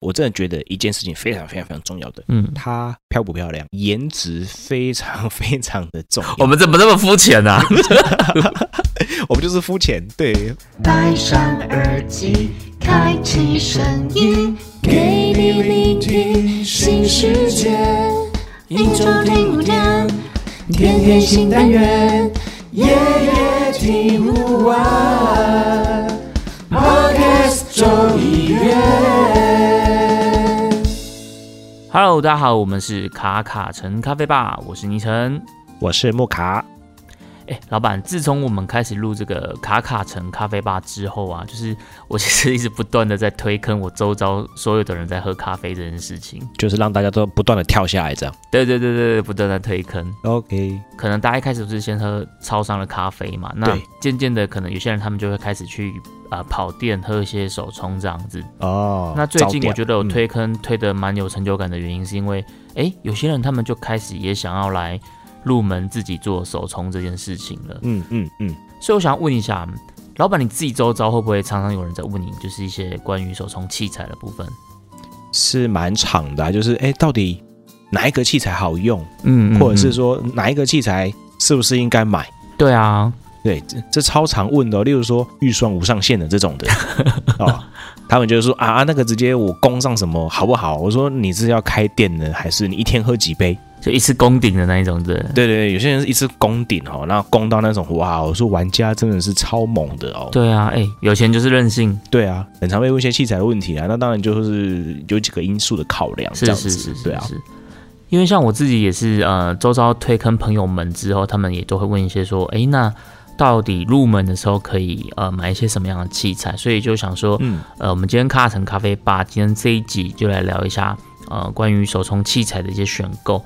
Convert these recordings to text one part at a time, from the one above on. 我真的觉得一件事情非常非常非常重要的，嗯，它漂不漂亮， 颜值非常非常的重要。我们怎么这么肤浅啊呢？哦我们就是肤浅，对，戴上耳机，开启声音，给你聆听新世界。一周听五天，天天新单元，夜夜听不完。Podcast 周一月。 Hello，大家好，我们是卡卡城咖啡吧，我是倪晨。我是木卡，哎、老板，自从我们开始录这个卡卡城咖啡吧之后啊，就是我其实一直不断的在推坑我周遭所有的人在喝咖啡这件事情。就是让大家都不断的跳下来这样。对对对对，对不断的推坑。 OK，可能大家一开始不是先喝超商的咖啡嘛，那对渐渐的，可能有些人他们就会开始去啊、呃跑店喝一些手冲这样子。哦，那最近我觉得我嗯推坑推的蛮有成就感的原因，是因为哎、诶有些人他们就开始也想要来入门自己做手冲这件事情了。嗯嗯嗯，所以我想问一下，老板你自己周遭会不会常常有人在问你，就是一些关于手冲器材的部分？是蛮长的啊、就是哎，到底哪一个器材好用，嗯或者是说哪一个器材是不是应该买？对啊，对，这这超常问的哦、例如说预算无上限的这种 的哦，他们就是说啊啊，那个直接我供上什么好不好？我说你是要开店呢，还是你一天喝几杯？就一次攻顶的那一种的。对对啊对，有些人是一次攻顶哦，然后攻到那种哇，我说玩家真的是超猛的哦。对啊，哎、有钱就是任性，对啊，很常被问一些器材的问题啊，那当然就是有几个因素的考量，是这样子是是是，对啊，是因为像我自己也是，呃，周遭推坑朋友们之后，他们也都会问一些说，哎，那到底入门的时候可以呃买一些什么样的器材？所以就想说，嗯，呃，我们今天卡城咖啡吧，今天这一集就来聊一下，呃，关于手冲器材的一些选购。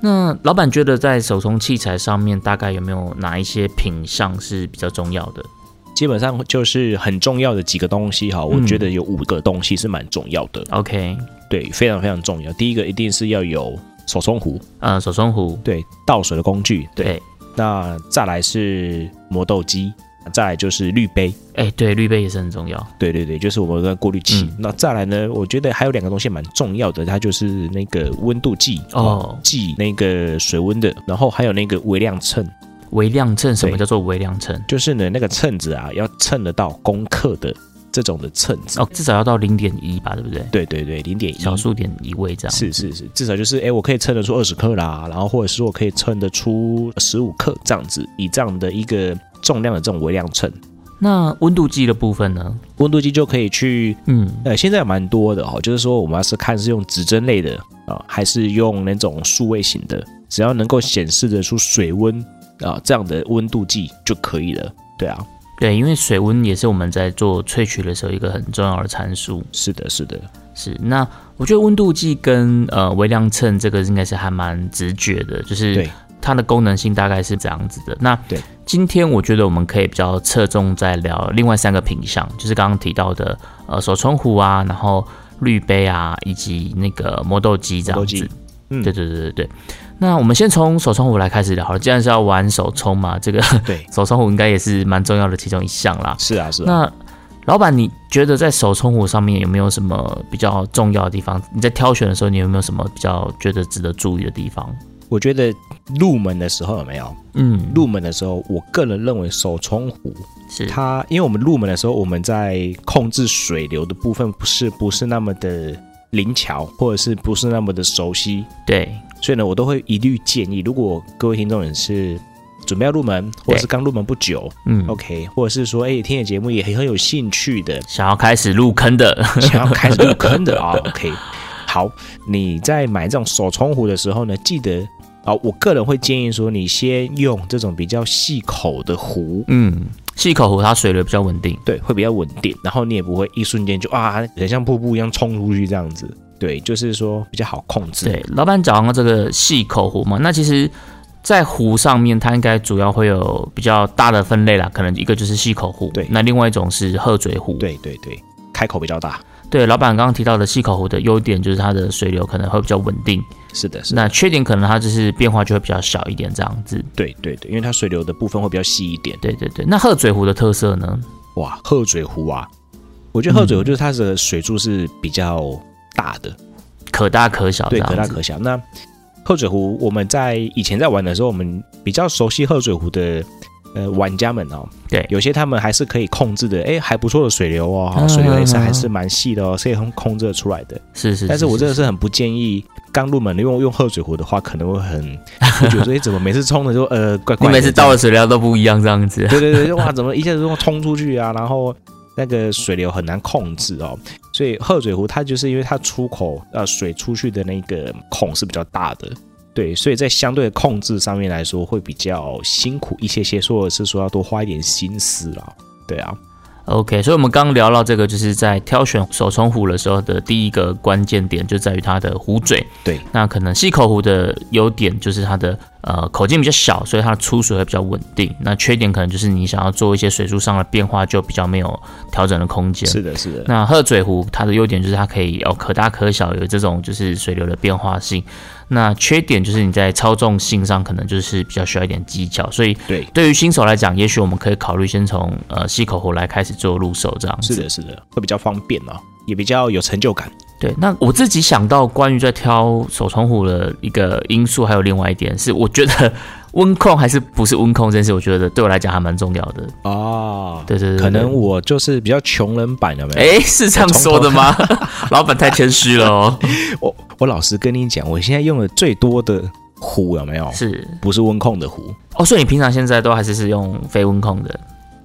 那老板觉得在手冲器材上面，大概有没有哪一些品相是比较重要的？基本上就是很重要的几个东西哈，我嗯觉得有五个东西是蛮重要的， OK，对，非常非常重要。第一个一定是要有手冲壶，呃，手冲壶，对，倒水的工具，对，，那再来是磨豆机，再来就是滤杯，哎，对，滤杯也是很重要。对对对，就是我们的过滤器。嗯那再来呢，我觉得还有两个东西蛮重要的，它就是那个温度计哦计那个水温的，然后还有那个微量秤，微量秤，什么对叫做微量秤？就是呢那个秤子啊，要称得到功课的这种的秤子。哦，至少要到零点一吧，对不对？对对对，零点一小数点一位这样。嗯是是是，至少就是哎、诶我可以称得出二十克啦，然后或者是我可以称得出十五克这样子，以这样的一个重量的这种微量秤，那温度计的部分呢？温度计就可以去嗯，呃，现在蛮多的哦，就是说我们要是看是用指针类的啊、还是用那种数位型的，只要能够显示得出水温啊、这样的温度计就可以了。对啊，对，因为水温也是我们在做萃取的时候一个很重要的参数。是的，是的，是，那我觉得温度计跟呃微量秤这个应该是还蛮直觉的，就是对，它的功能性大概是这样子的。那对，今天我觉得我们可以比较侧重在聊另外三个品项，就是刚刚提到的呃手冲壶啊，然后滤杯啊，以及那个磨豆机这磨豆样机子。嗯对对对对对。那我们先从手冲壶来开始聊好了，既然是要玩手冲嘛，这个对，手冲壶应该也是蛮重要的其中一项啦。是啊，是啊。那老板，你觉得在手冲壶上面有没有什么比较重要的地方？你在挑选的时候，你有没有什么比较觉得值得注意的地方？我觉得入门的时候有没有？嗯，入门的时候，我个人认为手冲壶是它，因为我们入门的时候，我们在控制水流的部分不是不是那么的灵巧，或者是不是那么的熟悉，对，所以呢，我都会一律建议，如果各位听众也是准备要入门，或者是刚入门不久嗯，，OK，或者是说，哎、听你的节目也很很有兴趣的 想要开始入坑的， 想要开始入坑的啊、o k 好，你在买这种手冲壶的时候呢，记得啊、我个人会建议说，你先用这种比较细口的壶。嗯，细口壶它水流比较稳定，对，会比较稳定，然后你也不会一瞬间就啊，很像瀑布一样冲出去这样子。对，就是说比较好控制。对，老板讲到这个细口壶嘛，那其实，在壶上面，它应该主要会有比较大的分类啦，可能一个就是细口壶，对那另外一种是鹤嘴壶，对对对，开口比较大。对，老板刚刚提到的细口壶的优点就是它的水流可能会比较稳定，是的，是的。那缺点可能它就是变化就会比较小一点这样子，对对对，因为它水流的部分会比较细一点。对对对，那鹤嘴壶的特色呢？哇，鹤嘴壶啊，我觉得鹤嘴壶就是它的水柱是比较大的，可大可小，对，可大可。小。那鹤嘴湖，我们在以前在玩的时候，我们比较熟悉鹤嘴湖的呃玩家们哦，对有些他们还是可以控制的，哎，还不错的水流哦，嗯水流也是嗯嗯还是蛮细的哦，是可以控控制得出来的。是是，但是我真的是很不建议刚入门的用用鹤嘴湖的话，可能会很会觉得说，哎，怎么每次冲的就呃怪怪 你的，每次倒的水量都不一样，这样 子。对对对，哇，怎么一下子就冲出去啊？然后那个水流很难控制哦，所以鹤嘴湖它就是因为它出口呃水出去的那个孔是比较大的，对，所以在相对的控制上面来说会比较辛苦一些些，或者是说要多花一点心思啦。对啊， OK，所以我们刚聊到这个，就是在挑选手冲壶的时候的第一个关键点就在于它的壶嘴。对，那可能细口壶的优点就是它的呃口径比较小，所以它的出水会比较稳定。那缺点可能就是你想要做一些水柱上的变化，就比较没有调整的空间。是的，是的，那鹤嘴壶它的优点就是它可以哦可大可小，有这种就是水流的变化性。那缺点就是你在操纵性上可能就是比较需要一点技巧，所以对，对于新手来讲，也许我们可以考虑先从呃吸口壶来开始做入手这样子。是的，是的，会比较方便哦，也比较有成就感。对，那我自己想到关于在挑手冲壶的一个因素，还有另外一点是，我觉得温控还是不是温控这件事，我觉得对我来讲还蛮重要的。哦，对对对对可能我就是比较穷人版，有没有？哎，是这样说的吗？老板太谦虚了 哦。我我老实跟你讲，我现在用的最多的壶有没有？是不是温控的壶，哦，所以你平常现在都还是是用非温控的。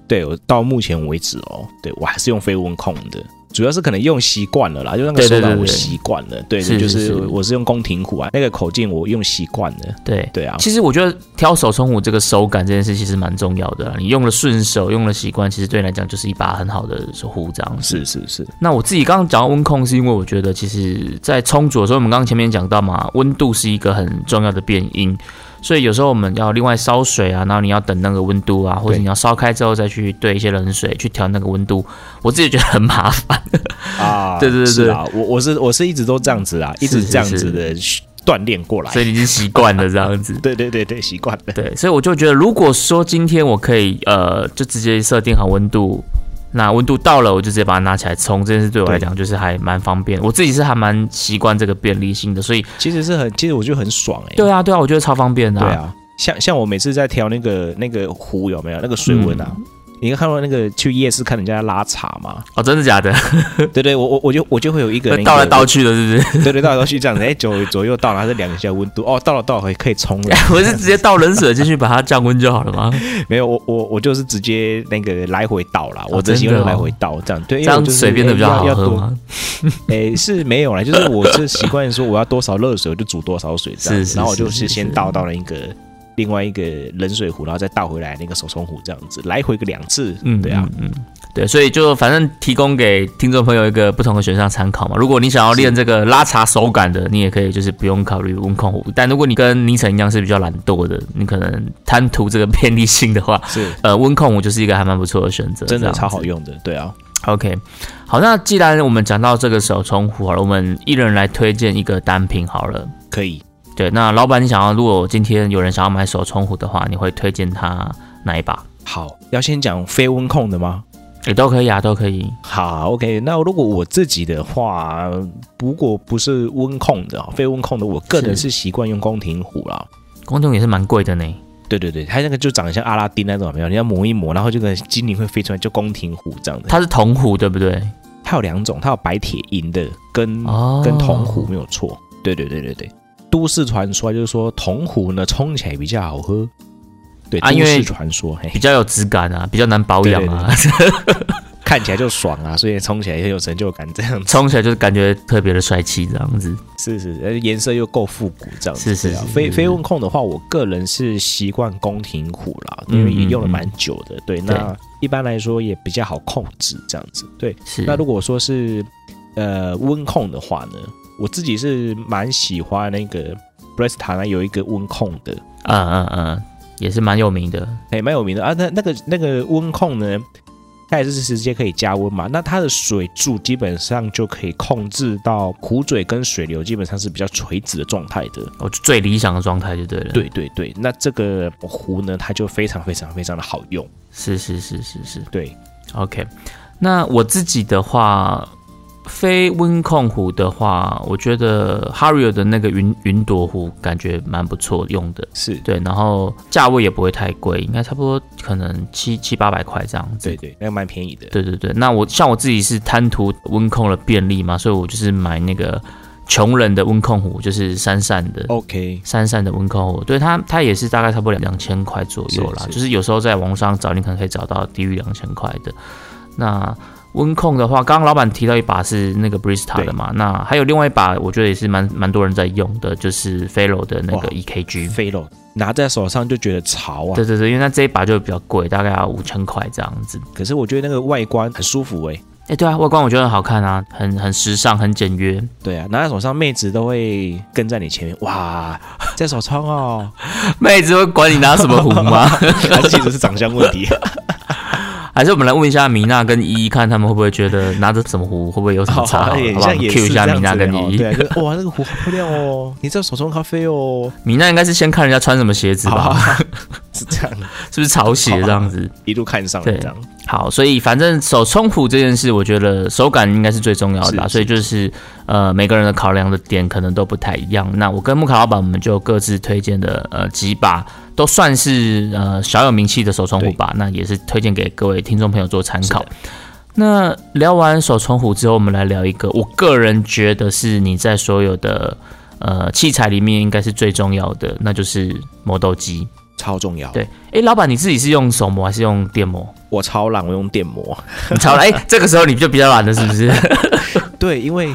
对我到目前为止哦，对我还是用飞温控的，主要是可能用习惯了啦，就那个对手对对感我对习惯了，对，是就是是是我是用宫廷壶啊，那个口径我用习惯了，对对啊其实我觉得挑手冲壶这个手感这件事其实蛮重要的啊啦，你用了顺手，用了习惯，其实对你来讲就是一把很好的手壶这样子。是是是，那我自己刚刚讲到温控，是因为我觉得其实，在冲煮的时候，我们刚刚前面讲到嘛，温度是一个很重要的变因，所以有时候我们要另外烧水啊，然后你要等那个温度啊，或者对你要烧开之后再去兑一些冷水去调那个温度，我自己觉得很麻烦。 啊，对对对是啊，我我是我是一直都这样子啊，一是直是这样是子的锻炼过来所，以你已经习惯了这样子。对对对对，习惯了，对，所以我就觉得，如果说今天我可以呃，就直接设定好温度，那温度到了，我就直接把它拿起来冲，这件事对我来讲就是还蛮方便。我自己是还蛮习惯这个便利性的，所以其实是很，其实我觉得很爽哎、对啊，对啊，我觉得超方便的、对啊，像像我每次在调那个那个壶有没有那个水温嗯啊？你看到那个去夜市看人家拉茶嘛？哦，真的假的？对对，我我我就我就会有一 个那个倒来倒去的，是不是？ 对对，到时去这样子，哎，九左右到，然后再量一下温度，哦，到了到了，可以冲 了。我是直接倒冷水进去把它降温就好了 吗？没有，我我我就是直接那个来回倒啦，哦我只喜欢真的哦来回倒这样，对，这因为我样就是水变得比较好要喝？要多吗？哎，是没有啦，就是我是习惯说我要多少热水我就煮多少水这样是子，是然后我就是是是先是倒到那个另外一个冷水壶，然后再倒回来那个手冲壶这样子，来回个两次，嗯，对啊，嗯，嗯对，所以就反正提供给听众朋友一个不同的选项参考嘛。如果你想要练这个拉茶手感的，你也可以就是不用考虑温控壶。但如果你跟倪晨一样是比较懒惰的，你可能贪图这个便利性的话， 是呃，温控壶就是一个还蛮不错的选择，真这的样超好子。用的，对啊， OK，好，那既然我们讲到这个手冲壶好了，我们一人来推荐一个单品好了。可以。对，那老板，你想要如果今天有人想要买手冲壶的话，你会推荐他哪一把？好，要先讲非温控的吗？也都可以啊，都可以。好，OK。那如果我自己的话，如果不是温控的啊，非温控的，我个人是是习惯用宫廷壶啦。公众也是蛮贵的呢。有对对对，它那个就长得像阿拉丁那种，有没有？你要磨一磨，然后这个精灵会飞出来，就宫廷壶这样的。它它是铜壶，对不对？它有两种，它有白铁银的跟、哦嗯跟铜壶没有错。对对对对对，都市传说就是说铜壶呢冲起来比较好喝。对，啊因都为市传说，嘿比，较有质感啊，比较难保养啊，看起来就爽啊，所以冲起来很有成就感，这样子。 冲起来就是感觉特别的帅气这样子。是是，呃颜色又够复古这样子。是是对啊是非是非是温控的话，我个人是习惯宫廷壶啦，嗯因为也用了嗯嗯蛮久的。对，那一般来说也比较好控制这样子。对，是，那如果说是呃温控的话呢，我自己是蛮喜欢那个 Bresta 呢有一个温控的，嗯嗯嗯，也是蛮有名的。哎，蛮有名的啊。那那个那个温控呢，它也是直接可以加温嘛。那它的水柱基本上就可以控制到壶嘴跟水流基本上是比较垂直的状态的。我哦最理想的状态就对了。，对对对，那这个壶呢，它就非常非常非常的好用。是是是是是对， ，OK。那我自己的话，非温控壶的话，我觉得 Harrier 的那个云云朵壶感觉蛮不错用的，是对，然后价位也不会太贵，应该差不多可能七七八百块这样子。对对，那个蛮便宜的。对对对，那我像我自己是贪图温控的便利嘛，所以我就是买那个穷人的温控壶，就是闪闪的。 OK，闪闪的温控壶，对它，它也是大概差不多两两千块左右啦。是是就是有时候在网络上找，你可能可以找到低于两千块的。那温控的话，刚刚老板提到一把是那个 Brista 对的嘛，那还有另外一把，我觉得也是蛮蛮多人在用的，就是 Felo 的那哇个 EKG。飞龙拿在手上就觉得潮啊对，对对，因为它这一把就比较贵，大概要五千块这样子。可是我觉得那个外观很舒服哎、哎、对啊，外观我觉得很好看啊，很很时尚，很简约。对啊，拿在手上，妹子都会跟在你前面，哇，在手冲哦， 妹子会管你拿什么壶吗？还是其实是长相问题，还是我们来问一下米娜跟依依，看他们会不会觉得拿着什么壶会不会有什么差？好也不好哦像也？Q 是一这下米样娜子跟哦依依对、。啊，就是哇，那个壶好漂亮哦，你这手冲咖啡哦，米娜应该是先看人家穿什么鞋子好吧？吧，是这样， 是不是潮鞋这样子？一路看上对这样，好，所以反正手冲壶这件事，我觉得手感应该是最重要的吧。是所以就是呃，每个人的考量的点可能都不太一样。那我跟木卡老板，我们就各自推荐的呃几把，都算是呃小有名气的手冲壶吧。那也是推荐给各位听众朋友做参考是。那聊完手冲壶之后，我们来聊一个，我个人觉得是你在所有的呃器材里面应该是最重要的，那就是磨豆机。超重要。对，诶，老板你自己是用手磨还是用电磨？我超懒，我用电磨。你超懒，哎、这个时候你就比较懒了，是不 是？对，因为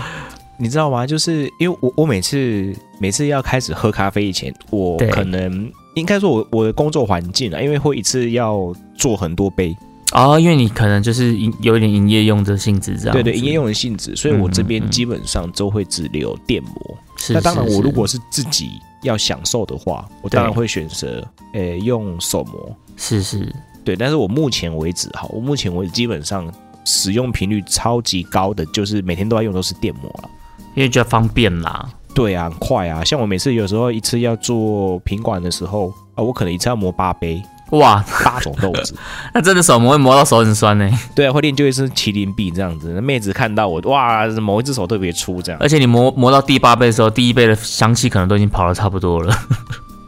你知道吗？就是因为我我每次每次要开始喝咖啡以前，我对可能应该说我我的工作环境啊，因为会一次要做很多杯，哦，因为你可能就是营有一点营业用的性质这样。对对，营业用的性质，所以我这啊嗯嗯边嗯基本上都会只留电磨。是。那当然，是我如果是自己要享受的话，我当然对会选择呃用手磨。是是是对，但是我目前为止哈，我目前为止基本上使用频率超级高的，就是每天都要用都是电磨了。因为觉得方便啦。对啊，很快啊！像我每次有时候一次要做品管的时候啊，我可能一次要磨八杯哇， 八种豆 子，那真的手磨会磨到手很酸呢、对啊，会练就一身麒麟臂这样子。那妹子看到我，哇，某一只手特别粗这样，而且你磨磨到第八杯的时候，第一杯的香气可能都已经跑的差不多 了。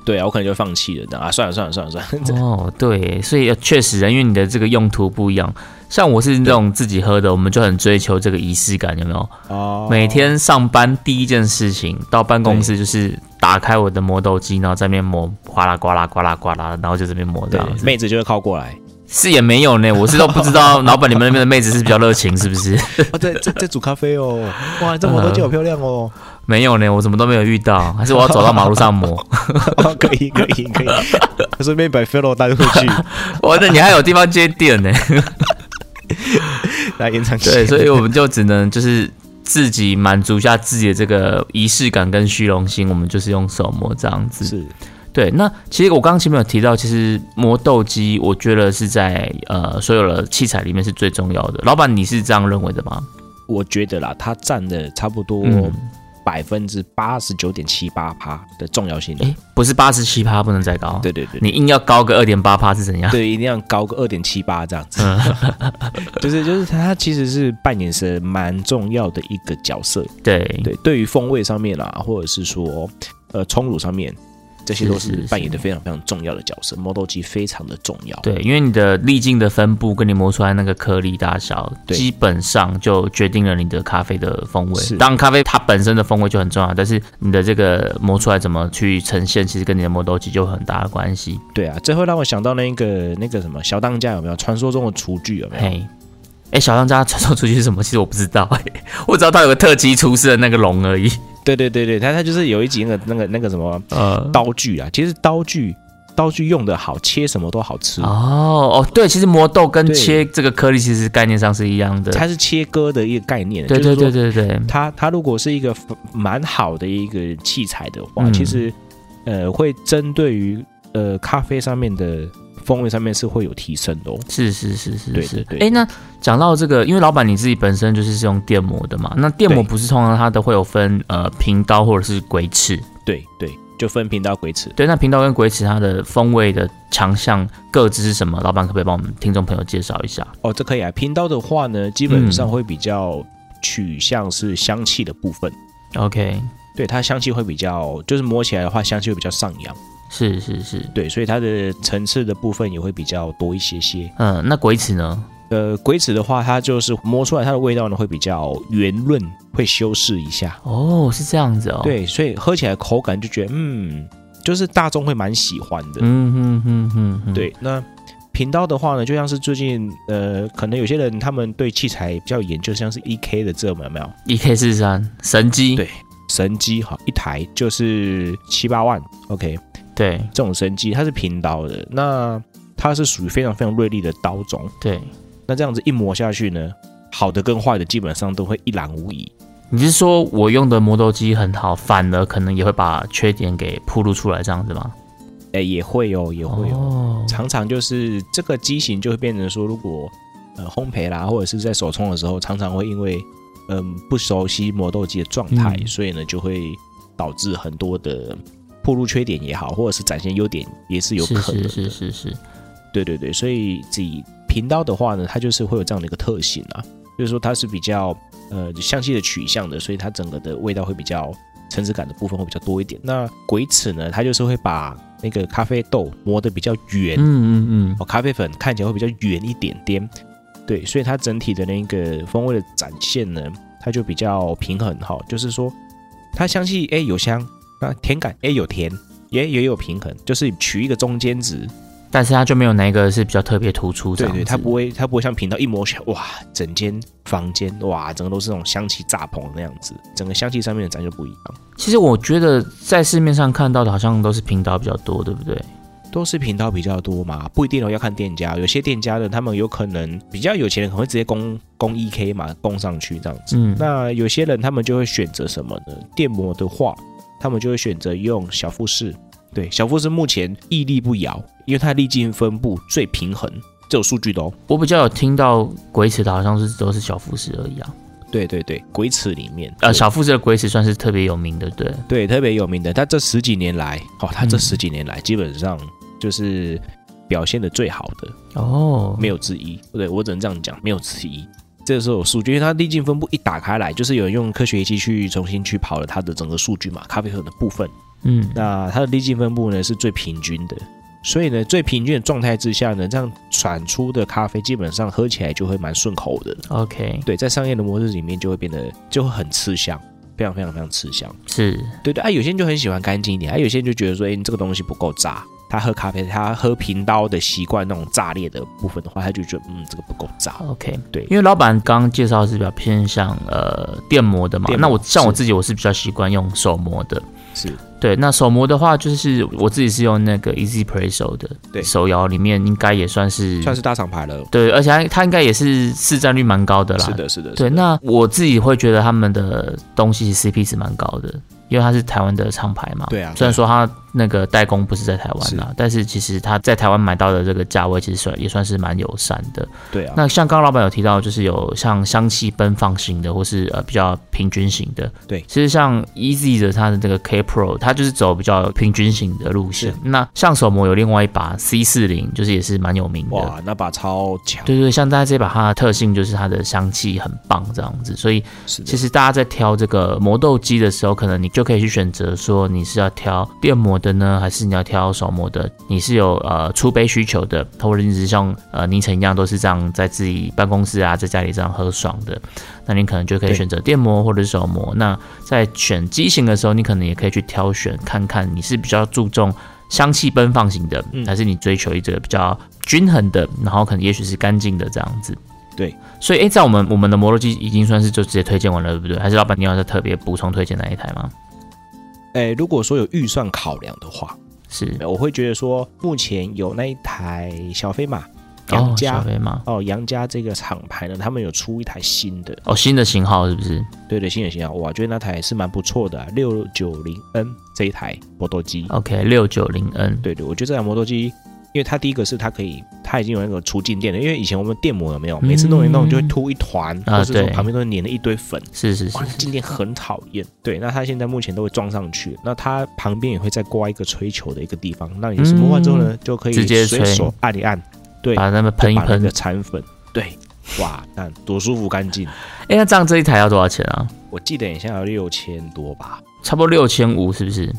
对啊，我可能就放弃了这样啊，算了算了算了算了，哦，对，所以确实啊，因为你的这个用途不一样。像我是那种自己喝的，我们就很追求这个仪式感，有没有？哦每天上班第一件事情到办公室就是打开我的磨豆机，然后在那边磨，哗啦呱啦呱啦呱啦，然后就这边磨这对样，子。妹子就会靠过来。是也没有呢，我是都不知道老板你们那边的妹子是比较热情是不是？哦，对，在在煮咖啡 哦，哇，这磨豆机好漂亮哦，没有呢，我怎么都没有遇到，还是我要走到马路上 磨？ 哦可以可以可以， 顺便把 fellow 带过去我的你还有地方接电呢。来延长对，线所以我们就只能就是自己满足一下自己的这个仪式感跟虚荣心，我们就是用手磨这样子。是对，那其实我刚刚前面有提到，其实磨豆机我觉得是在呃所有的器材里面是最重要的。老板，你是这样认为的吗？我觉得啦，它占了差不多嗯百分之八十九点七八趴的重要性。诶，不是八十七趴不能再高，对对对你硬要高个二点八趴是怎样？对，一定要高个二点七八这样 子，就是就是它其实是扮演是蛮重要的一个角色， 对对，对于风味上面啦，或者是说呃冲乳上面，这些都是是是扮演的非常非常重要的角色，磨豆机非常的重要，对，因为你的粒径的分布跟你磨出来那个颗粒大小，对基本上就决定了你的咖啡的风味。是当然，咖啡它本身的风味就很重要，但是你的这个磨出来怎么去呈现，其实跟你的磨豆机就有很大的关系。对啊，这会让我想到那个那个什么小当家有没有？传说中的厨具有没有？嘿，哎、小当家传送出去是什么？其实我不知道、哎， 我只知道他有个特级厨师的那个龙而已。对对对对，它它就是有一集那个那个那个什么呃，刀具啊，其实刀具刀具用的好，切什么都好吃。哦哦，对，其实磨豆跟对切这个颗粒其实概念上是一样的。它是切割的一个概念，对就是说对对对对，它它如果是一个蛮好的一个器材的话，嗯其实呃会针对于呃咖啡上面的风味上面是会有提升的哦。是是是是对是对。对哎、那讲到这个，因为老板你自己本身就是是用电磨的嘛，那电磨对不是通常它都会有分呃平刀或者是鬼齿，对对，就分频道鬼齿。对，那平刀跟鬼齿它的风味的强项各自是什么？老板可不可以帮我们听众朋友介绍一下？嗯哦，这可以啊。频道的话呢，基本上会比较取向是香气的部分。 OK，对，它香气会比较，就是摸起来的话，香气会比较上扬。是是是，对，所以它的层次的部分也会比较多一些些。嗯，那鬼子呢？呃，龟子的话，它就是摸出来它的味道呢会比较圆润，会修饰一下。哦，是这样子哦。，对，所以喝起来口感就觉得，嗯，就是大众会蛮喜欢的。嗯哼哼哼哼，，对，那频道的话呢，就像是最近呃，可能有些人他们对器材比较研究，像是 E K 的这种有没有？一 E K 四三神机，对神机哈，一台就是七八万，OK，对这种神机它是平刀的，那它是属于非常非常锐利的刀种。对，那这样子一磨下去呢，好的跟坏的基本上都会一览无遗。你是说我用的磨豆机很好，反而可能也会把缺点给暴露出来，这样子吗？哎、也会哦，也会哦。哦，常常就是这个机型就会变成说，如果呃烘焙啦，或者是在手冲的时候，常常会因为嗯、不熟悉磨豆机的状态，嗯所以呢就会导致很多的暴露缺点也好，或者是展现优点也是有是可能的。是是是是，对对对，所以自己频道的话呢，它就是会有这样的一个特性啊，就是说它是比较呃香气的取向的，所以它整个的味道会比较呃层次感的部分会比较多一点。那鬼齿呢，它就是会把那个咖啡豆磨得比较圆，嗯嗯哦，咖啡粉看起来会比较圆一点点，对，所以它整体的那个风味的展现呢，它就比较平衡哈、就是说它香气哎有香，那甜感哎有甜，也也有平衡，就是取一个中间值，嗯，但是它就没有哪一个是比较特别突出这对样子，对，它不会，它不会像频道一摸起来，哇，整间房间哇，整个都是那种香气炸棚的那样子，整个香气上面的展就不一样。其实我觉得在市面上看到的好像都是平刀比较多，对不对？都是频道比较多嘛，不一定哦，要看店家。有些店家呢，他们有可能比较有钱的，可能会直接供供 E K 嘛，供上去这样子。嗯，那有些人他们就会选择什么呢？电摩的话，他们就会选择用小富士。对，小富士目前屹立不摇，因为它的粒径分布最平衡，这有数据的哦。我比较有听到鬼齿的好像是都是小富士而已啊，对对对，鬼齿里面呃，小富士的鬼齿算是特别有名的，对不对？对，特别有名的，他这十几年来，哦，他这嗯十几年来基本上就是表现的最好的，哦，没有之一。对我只能这样讲，没有之一。这时候有数据，因为它粒径分布一打开来，就是有人用科学仪器去重新去跑了它的整个数据嘛，咖啡粉的部分。嗯，那它的粒径分布呢是最平均的，所以呢最平均的状态之下呢，这样产出的咖啡基本上喝起来就会蛮顺口的。 OK，对，在商业的模式里面就会变得就会很吃香， 非常非常非常吃香。是对对，啊，有些人就很喜欢干净一点，啊，有些人就觉得说，哎，你这个东西不够炸。他喝咖啡，他喝平刀的习惯那种炸裂的部分的话，他就觉得，嗯，这个不够炸。 OK，对因为老板刚刚介绍是比较偏向呃电磨的嘛，电那磨我像我是自己我是比较习惯用手磨的，是对，那手磨的话就是我自己是用那个 Easy Presso 的，对手摇里面应该也算是算是大厂牌了。对，而且它它应该也是市占率蛮高的啦，是的，是的。是的对，那我自己会觉得他们的东西 CP 值蛮高的，因为它是台湾的厂牌嘛。对啊虽然说它那个代工不是在台湾啦，但是其实它在台湾买到的这个价位，其实算也算是蛮友善的。对啊，那像刚刚老板有提到，就是有像香气奔放型的，或是呃比较平均型的。对其实像 Easy 的它的这个 K Pro，它就是走比较平均型的路线是。那像手模有另外一把 C 四零，就是也是蛮有名的。哇，那把超强。对对，像大家这把它的特性就是它的香气很棒这样子，所以是的其，实大家在挑这个磨豆机的时候，可能你就可以去选择说你是要挑电磨的呢，还是你要挑手磨的？你是有呃出杯需求的，或者你只是像呃宁晨一样都是这样在自己办公室啊，在家里这样喝爽的，那你可能就可以对选择电磨或者是手磨。那在选机型的时候，你可能也可以去挑选看看你是比较注重。香气奔放型的，嗯还是你追求一个比较均衡的，然后可能也许是干净的这样子。所以，哎、在我们我们的磨豆机已经算是就直接推荐完了，对不对？还是老板你要再特别补充推荐哪一台吗？哎，如果说有预算考量的话，是我会觉得说，目前有那一台小飞马哦杨，小家飞吗？哦，杨家这个厂牌呢，他们有出一台新的，哦，新的型号是不是？对对，新的型号，哇，觉得那台也是蛮不错的、啊，六九零 N 这一台磨豆机。 OK，六九零 N，对对，我觉得这台磨豆机，因为它第一个是它可以，它已经有那个除静电了，因为以前我们电摩有没有，每次弄一弄就会凸一团，嗯啊或是说对旁边都粘了一堆粉，是是是哇，，那静电很讨厌。对，那它现在目前都会装上去，那它旁边也会再挂一个吹球的一个地方，那你是摸完之后呢，就可以直接随吹手按一按，对，嗯把它们喷一把那个喷，残粉，对，哇，看多舒服干净。哎，那这样这一台要多少钱啊？我记得你现在要六千多吧？差不多六千五是不是？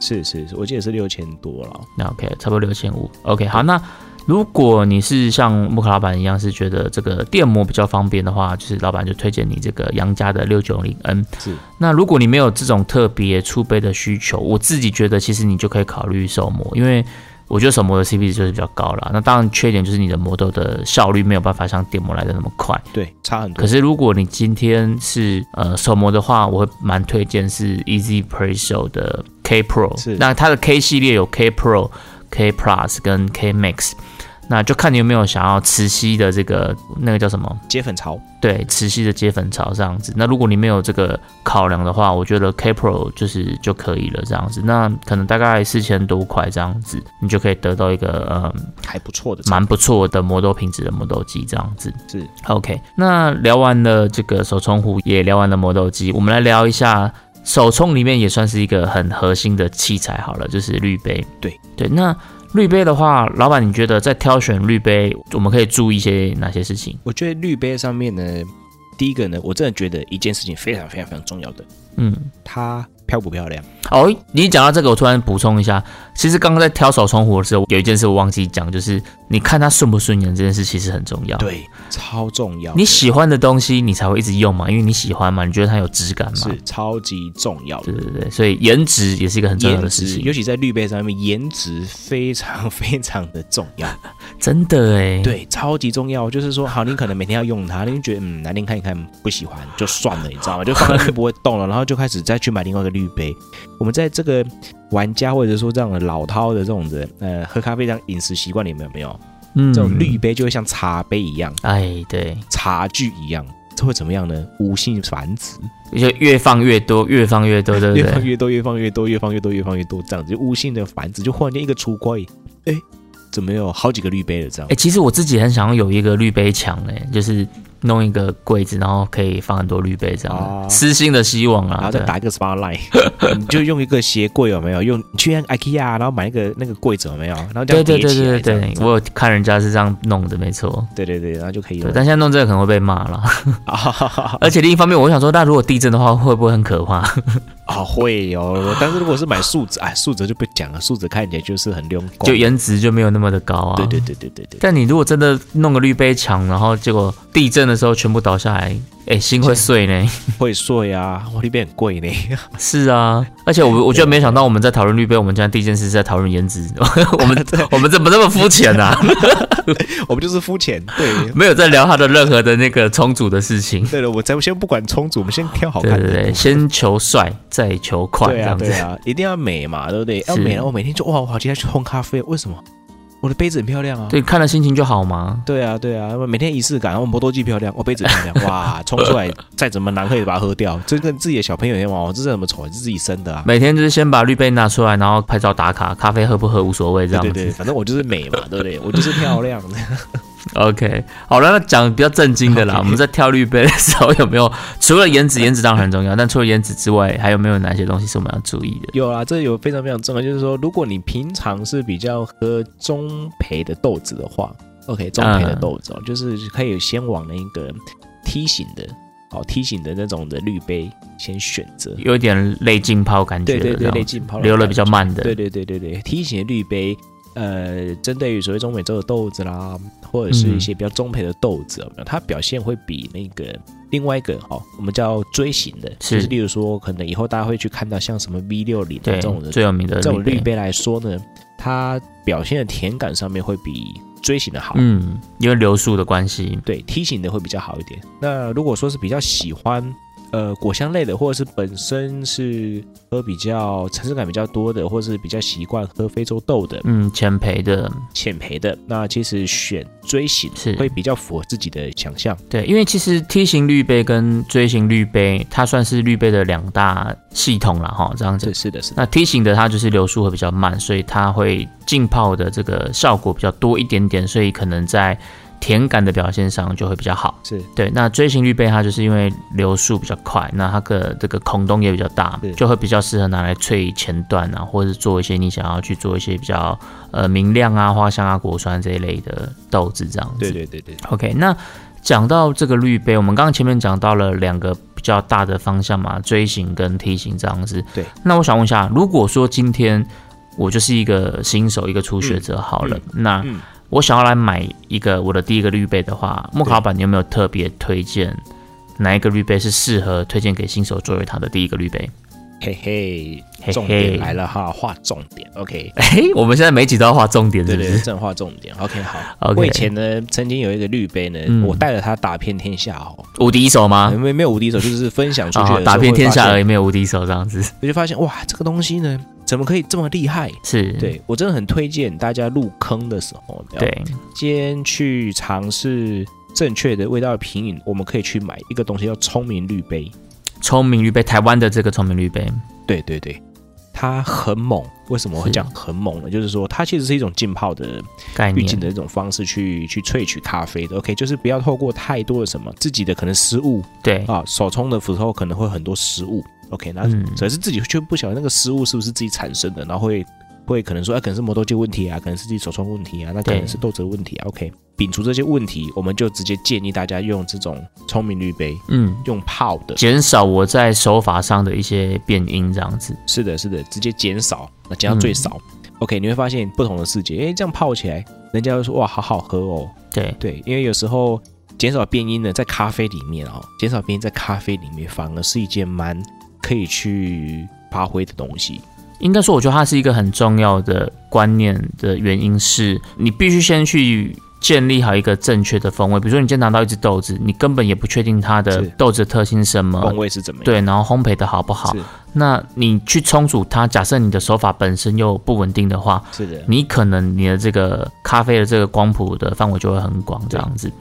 是是，是我记得是六千多了。那 OK，差不多六千五。OK，好，那如果你是像木克老板一样，是觉得这个电摩比较方便的话，就是老板就推荐你这个杨家的六九零 N。是，那如果你没有这种特别储备的需求，我自己觉得其实你就可以考虑手磨，因为我觉得手磨的 CP 值就是比较高啦。那当然缺点就是你的磨豆的效率没有办法像电磨来的那么快。对，差很多。可是如果你今天是呃手磨的话，我会蛮推荐是 Easy Presso 的 K Pro，是那它的 K 系列有 K Pro、K Plus 跟 K Max，那就看你有没有想要磁吸的这个那个叫什么？接粉潮对，磁吸的接粉槽这样子。那如果你没有这个考量的话，我觉得 K Pro 就是就可以了这样子。那可能大概四千多块这样子，你就可以得到一个嗯还不错的，蛮不错的磨豆品质的磨豆机这样子。是 OK，那聊完了这个手冲壶，也聊完了磨豆机，我们来聊一下手冲里面也算是一个很核心的器材好了，就是滤杯。对对，那滤杯的话，老板你觉得在挑选滤杯，我们可以注意一些哪些事情？我觉得滤杯上面呢，第一个呢，我真的觉得一件事情非常非常非常重要的，嗯，它漂不漂亮？哦，你讲到这个，我突然补充一下，其实刚刚在挑手冲壶的时候，有一件事我忘记讲，就是你看它顺不顺眼这件事其实很重要。，对，超重要的，你喜欢的东西你才会一直用嘛，因为你喜欢嘛，你觉得它有质感嘛。是超级重要的对。对对，所以颜值也是一个很重要颜的事值，情。尤其在滤杯上面，颜值非常非常的重要，哎真的哎，，对，超级重要。就是说，好，你可能每天要用它，你就觉得嗯，哪天看一看不喜欢就算了，你 知道吗？就放在那边不会动了，然后就开始再去买另外一个滤杯。我们在这个玩家或者说这样的老饕的这种的呃喝咖啡这样饮食习惯里面有没有？嗯这种滤，杯就会像茶杯一样，哎，对，茶具一样，这会怎么样呢？无性繁殖，就越放越多，越放越多，对不越放对？越多，越放越多，越放越多，越放越多，这样子就无性的繁殖，就忽然间一个橱柜，哎，怎么有好几个滤杯了？这样哎，其实我自己很想要有一个滤杯墙，哎，就是弄一个柜子，然后可以放很多滤杯这样哦子，私心的希望然啊后，再对打一个 spotlight，你 就用一个鞋柜有没有？用你去那个 IKEA，然后买一个那个柜子有没有？然后这对样对叠对起来对这样对子，我有看人家是这样弄的，没错。对对对，然后就可以对了，。但现在弄这个可能会被骂 了，啊而且另一方面，我想说，那如果地震的话，会不会很可怕？ 啊会哦，但是如果是买树脂，哎，树脂就不讲了，树脂看起来就是很溜光就颜值就没有那么的高啊。对对对对对对，但你如果真的弄个绿杯墙，然后结果地震的时候全部倒下来，哎、心会碎呢。会碎啊，我那边很贵呢。是啊，而且我我居然没想到我们在讨论绿杯，我们竟然第一件事是在讨论颜值。 我 们我们怎么那么肤浅啊？我们就是肤浅。对， 没有在聊他的任何的那个充足的事情。对了，我咱们先不管充足，我们先挑好对看对的。对，先求帅，再求快，对这啊，样子对。啊，一定要美嘛，对不对？要是美，我每天就哇，我好期待去烘咖啡，为什么？我的杯子很漂亮啊。对，看了心情就好嘛。对啊，对啊，每天仪式感，我磨豆机漂亮，我杯子漂亮，哇，冲出 来再怎么难喝也把它喝掉。这跟自己的小朋友一样嘛，我这是怎么丑，这是自己生的啊。每天就是先把绿杯拿出来，然后拍照打卡，咖啡喝不喝无所谓，这对样子。对对，反正我就是美嘛，对不对？我就是漂亮。 OK，好了，那讲比较震惊的啦。 OK 我们在挑滤杯的时候有没有除了颜值，颜值当然很重要，但除了颜值之外，还有没有哪些东西是我们要注意的？有啦，啊这有非常非常重要，就是说，如果你平常是比较喝中培的豆子的话，OK，中嗯培的豆子哦，就是可以先往那个梯形的哦，梯形的那种的滤杯先选择。有点类浸泡感觉对的，对这对，样类浸泡流了比较慢的。对对对对对，梯形的滤杯，呃，针对于所谓中美洲的豆子啦，或者是嗯一些比较中培的豆子，有没有它表现会比那个另外一个哦，我们叫锥形的，是就是例如说，可能以后大家会去看到像什么 V 六零对这种的最有名的这种滤滤，杯来说呢，它表现的甜感上面会比锥形的好。嗯，因为流速的关系，对梯形的会比较好一点。那如果说是比较喜欢呃果香类的，或者是本身是喝比较层次感比较多的，或者是比较习惯喝非洲豆的嗯，前培的，浅焙的，那其实选锥形是会比较符合自己的想象。对，因为其实梯形滤杯跟锥形滤杯，它算是滤杯的两大系统了哈，这样子这。是的是的，那梯形的它就是流速会比较慢，所以它会浸泡的这个效果比较多一点点，所以可能在甜感的表现上就会比较好。是对，那锥形滤杯它就是因为流速比较快，那它的这个孔洞也比较大是，就会比较适合拿来萃前段啊，或者是做一些你想要去做一些比较呃明亮啊、花香啊、果酸这一类的豆子这样子。对对对对， OK，那讲到这个滤杯，我们刚刚前面讲到了两个比较大的方向嘛，J 型跟 T 型这样子。对。那我想问一下，如果说今天我就是一个新手，一个初学者好了，那嗯我想要来买一个我的第一个滤杯的话，莫卡老板你有没有特别推荐哪一个滤杯是适合推荐给新手作为他的第一个滤杯？嘿嘿嘿，重点来了哈，画重点，OK，嘿，哎我们现在每集都要画重点，对是不对，是对？正画重点，OK，好。嗯 OK 我以前呢，曾经有一个绿杯呢，嗯我带着它打遍天下哦，无敌手吗？没没有无敌手，就是分享出去的时候啊，打遍天下而已，已。没有无敌手这样子。我就发现哇，这个东西呢，怎么可以这么厉害？是，对我真的很推荐大家入坑的时候，对，先去尝试正确的味道的品饮，我们可以去买一个东西叫聪明绿杯。聪明绿杯，台湾的这个聪明绿杯，对对对，它很猛。为什么我会是讲很猛呢？就是说它其实是一种浸泡的概预警念的一种方式去去萃取咖啡的。OK，就是不要透过太多的什么自己的可能失误对，啊，手冲的时候可能会很多失误。OK，那嗯可是自己却不晓得那个失误是不是自己产生的，然后会会可能说，啊，可能是磨豆机问题啊，可能是自己手冲问题啊，那可对能是豆子的问题啊。OK，摒除这些问题，我们就直接建议大家用这种聪明滤杯，嗯，用泡的。减少我在手法上的一些变音这样子，是的，是的，直接减少，那减到最少。OK，你会发现不同的世界，诶，这样泡起来，人家会说哇，好好喝哦。对，对，因为有时候减少变音呢，在咖啡里面哦，减少变音在咖啡里面反而是一件蛮可以去发挥的东西。应该说，我觉得它是一个很重要的观念的原因是，你必须先去建立好一个正确的风味。比如说，你今天拿到一只豆子，你根本也不确定它的是豆子的特性是什么风，味是怎么样？啊对，然后烘焙的好不好，那你去冲煮它，假设你的手法本身又不稳定的话，是是的，你可能你的这个咖啡的这个光谱的范围就会很广，这样子。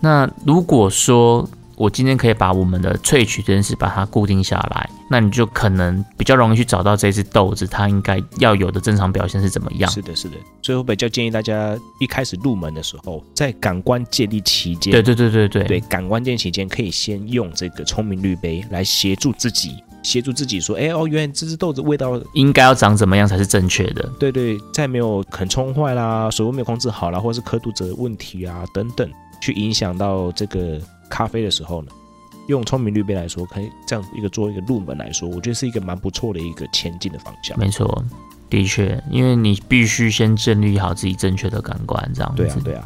那如果说我今天可以把我们的萃取这件事把它固定下来，那你就可能比较容易去找到这只豆子它应该要有的正常表现是怎么样。是的，是的。所以我比较建议大家一开始入门的时候，在感官建立期间，对对对对对对感官建立期间，可以先用这个聪明绿杯来协助自己，协助自己说，哎哦，原来这只豆子味道应该要长怎么样才是正确的？对对，在没有肯冲坏啦，水温没有控制好啦，或者是刻度者问题啊等等，去影响到这个咖啡的时候呢，用聪明滤杯来说，可以这样一个做一个入门来说，我觉得是一个蛮不错的一个前进的方向。没错，的确，因为你必须先建立好自己正确的感官，这样子。对啊，对啊，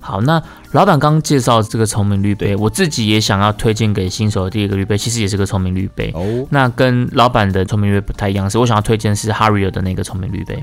好，那老板刚介绍这个聪明绿杯，我自己也想要推荐给新手的第一个绿杯，其实也是个聪明绿杯。哦，那跟老板的聪明绿杯不太一样，是我想要推荐是 Harrier 的那个聪明绿杯，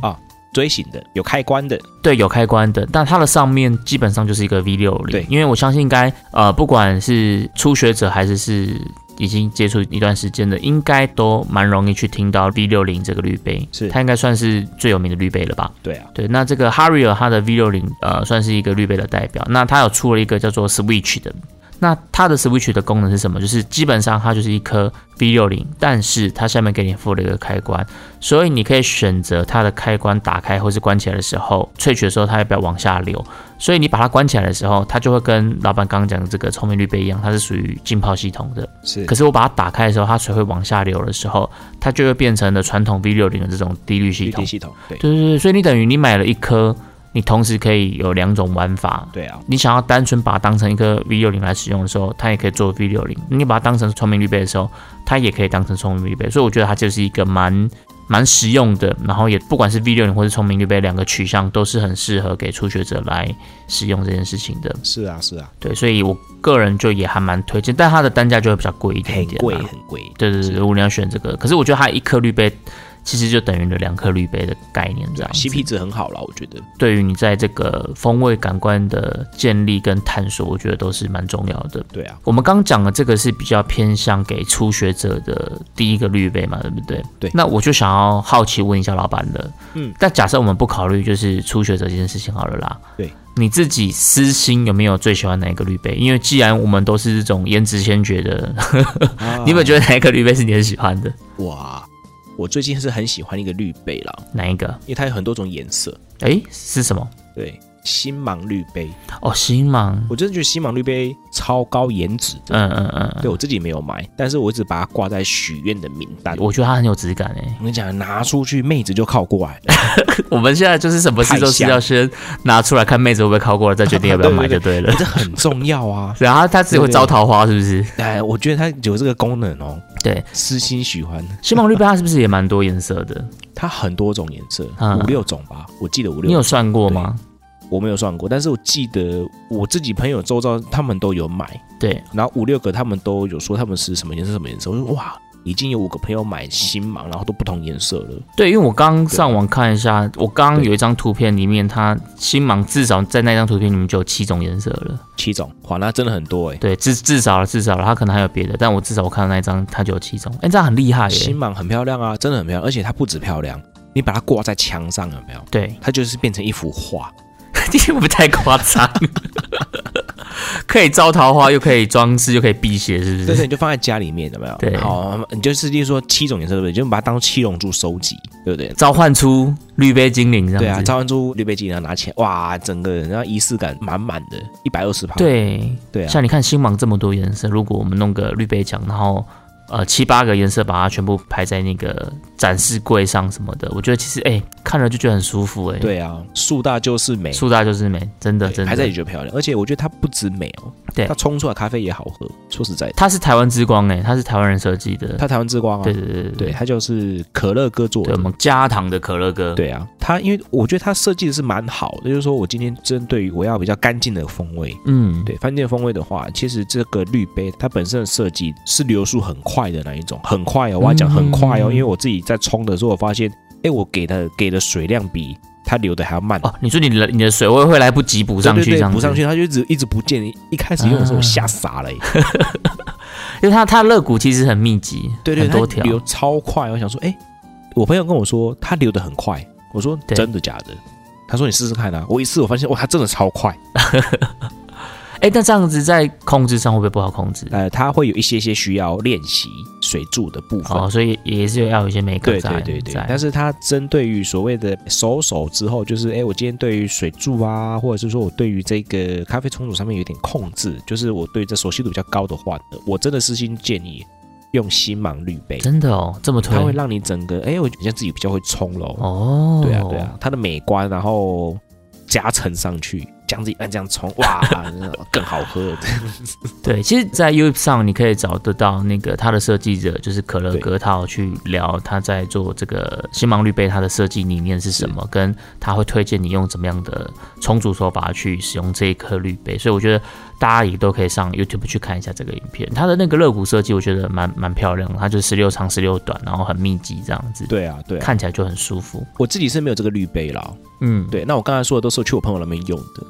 锥形的，有开关的，对，有开关的，但它的上面基本上就是一个 V 六零，对因为我相信应该呃，不管是初学者还是是已经接触一段时间的，应该都蛮容易去听到 V 六零这个绿杯，是它应该算是最有名的绿杯了吧？对啊，对，那这个 Harrier 它的 V 六零呃算是一个绿杯的代表，那它有出了一个叫做 Switch 的，那它的 Switch 的功能是什么？就是基本上它就是一颗 V 六零，但是它下面给你附了一个开关，所以你可以选择它的开关打开或是关起来的时候，萃取的时候它要不要往下流，所以你把它关起来的时候，它就会跟老板刚刚讲的这个聪明绿杯一样，它是属于浸泡系统的。是可是我把它打开的时候，它水会往下流的时候，它就会变成了传统 V 六零的这种低滤系滴统滴。系统，对对对对，所以你等于你买了一颗，你同时可以有两种玩法。对啊，你想要单纯把它当成一个 V 六零来使用的时候，它也可以做 V 六零；你把它当成聪明绿杯的时候，它也可以当成聪明绿杯。所以我觉得它就是一个蛮蛮实用的，然后也不管是 V 六零或是聪明绿杯两个取向，都是很适合给初学者来使用这件事情的。是啊，是啊，对，所以我个人就也还蛮推荐，但它的单价就会比较贵一点很点啦，贵很贵，对对对，如果你要选这个，可是我觉得它一颗绿杯其实就等于了两颗绿杯的概念这对啊样子。 ，CP 值很好啦，我觉得对于你在这个风味感官的建立跟探索，我觉得都是蛮重要的。对啊，我们刚讲的这个是比较偏向给初学者的第一个滤杯嘛，对不对？对那我就想要好奇问一下老板了，嗯，但假设我们不考虑就是初学者这件事情好了啦，对，你自己私心有没有最喜欢哪一个滤杯？因为既然我们都是这种颜值先觉的， 你有没有觉得哪一个滤杯是你很喜欢得的？啊哇？我最近是很喜欢一个绿杯啦，哪一个？因为它有很多种颜色，诶，是什么？对，星芒滤杯，哦，星芒，我真的觉得星芒滤杯超高颜值的。嗯嗯嗯对我自己没有买，但是我一直把它挂在许愿的名单嗯，。我觉得它很有质感诶。我跟你讲，拿出去妹子就靠过来了，欸我们现在就是什么事都是要先拿出来看妹子会不会靠过来，再决定要不要买就对 了哎。这很重要啊！然后它只会招桃花，是不是？ 哎，我觉得它有这个功能哦，对，私心喜欢，星芒绿贝它是不是也蛮多颜色的？它很多种颜色，嗯五六种吧，我记得五你六有种，算过吗？我没有算过，但是我记得我自己朋友周遭他们都有买，对，然后五六个他们都有说他们是什么颜色什么颜色，我说哇，已经有五个朋友买新芒，然后都不同颜色了，对，因为我刚上网看一下，我刚刚有一张图片里面，它星芒至少在那张图片里面就有七种颜色了。七种，哇，那真的很多哎、对，至至少了，至少了，它可能还有别的，但我至少我看到那一张它就有七种。哎，这样很厉害啊新耶！芒很漂亮啊，真的很漂亮，而且它不止漂亮，你把它挂在墙上有没有？对， 它就是变成一幅画，这会不会太夸张？ 可以招桃花，又可以装饰，又可以辟邪，是不是？对对，你就放在家里面，有没有？嗯对好，你就是例如说七种颜色，对不对？就把它当七龙珠收集，对不对？召唤出绿杯精灵这样子。对啊，召唤出绿背景，然后拿起来，哇，整个人然后仪式感满满的，一百二十趴。对对啊，像你看星芒这么多颜色，如果我们弄个绿杯墙，然后呃七八个颜色把它全部排在那个展示柜上什么的，我觉得其实哎、看了就觉得很舒服哎、，对啊，树大就是美，树大就是美，真的对真拍在也的。觉得漂亮，而且我觉得它不止美哦，对它冲出来咖啡也好喝。说实在的，它是台湾之光哎、它是台湾人设计的。它台湾之光啊，对对对对对，它就是可乐哥做对我的。们加糖的可乐哥。对啊，它因为我觉得它设计的是蛮好的，就是说我今天针对于我要比较干净的风味，嗯，对，饭店风味的话，其实这个滤杯它本身的设计是流速很快的那一种，很快哦，我要讲很快哦，嗯因为我自己在冲的时候，我发现，哎，我给的给的水量比它流的还要慢，哦，你说你的你的水位会来不及补上对去，啊对这对，样补上子去，，它就一直一直不见。一开始用的时候我吓傻 了，哎因为它它肋骨其实很密集，对对，很多它条。流超快，我想说，哎，我朋友跟我说它流的很快，我说对真的假的？他说你试试看啊，我一试我发现哇，它真的超快， 哎，那这样子在控制上会不会不好控制？呃，它会有一些些需要练习水柱的部分哦，。所以也是要有一些美感对在。对对对，在但是它针对于所谓的熟手之后，就是哎，我今天对于水柱啊，或者是说我对于这个咖啡冲煮上面有点控制，就是我对这熟悉度比较高的话，我真的私心建议用新芒滤杯，真的哦，这么推它会让你整个哎，我觉得自己比较会冲喽。哦，对啊对啊，它的美观然后加成上去，这样子一啊按这样冲，哇， 更好喝。对，其实，在 YouTube 上你可以找得到那个他的设计者，就是可乐哥，他有去聊他在做这个星芒绿杯，他的设计理念是什么，跟他会推荐你用怎么样的充足手法去使用这一颗绿杯，所以我觉得大家也都可以上 YouTube 去看一下这个影片，他的那个肋骨设计我觉得蛮蛮漂亮的，它就是十六长十六短，然后很密集这样子，对啊对啊，看起来就很舒服，我自己是没有这个滤杯啦。嗯，，对，那我刚才说的都是我去我朋友那边用的，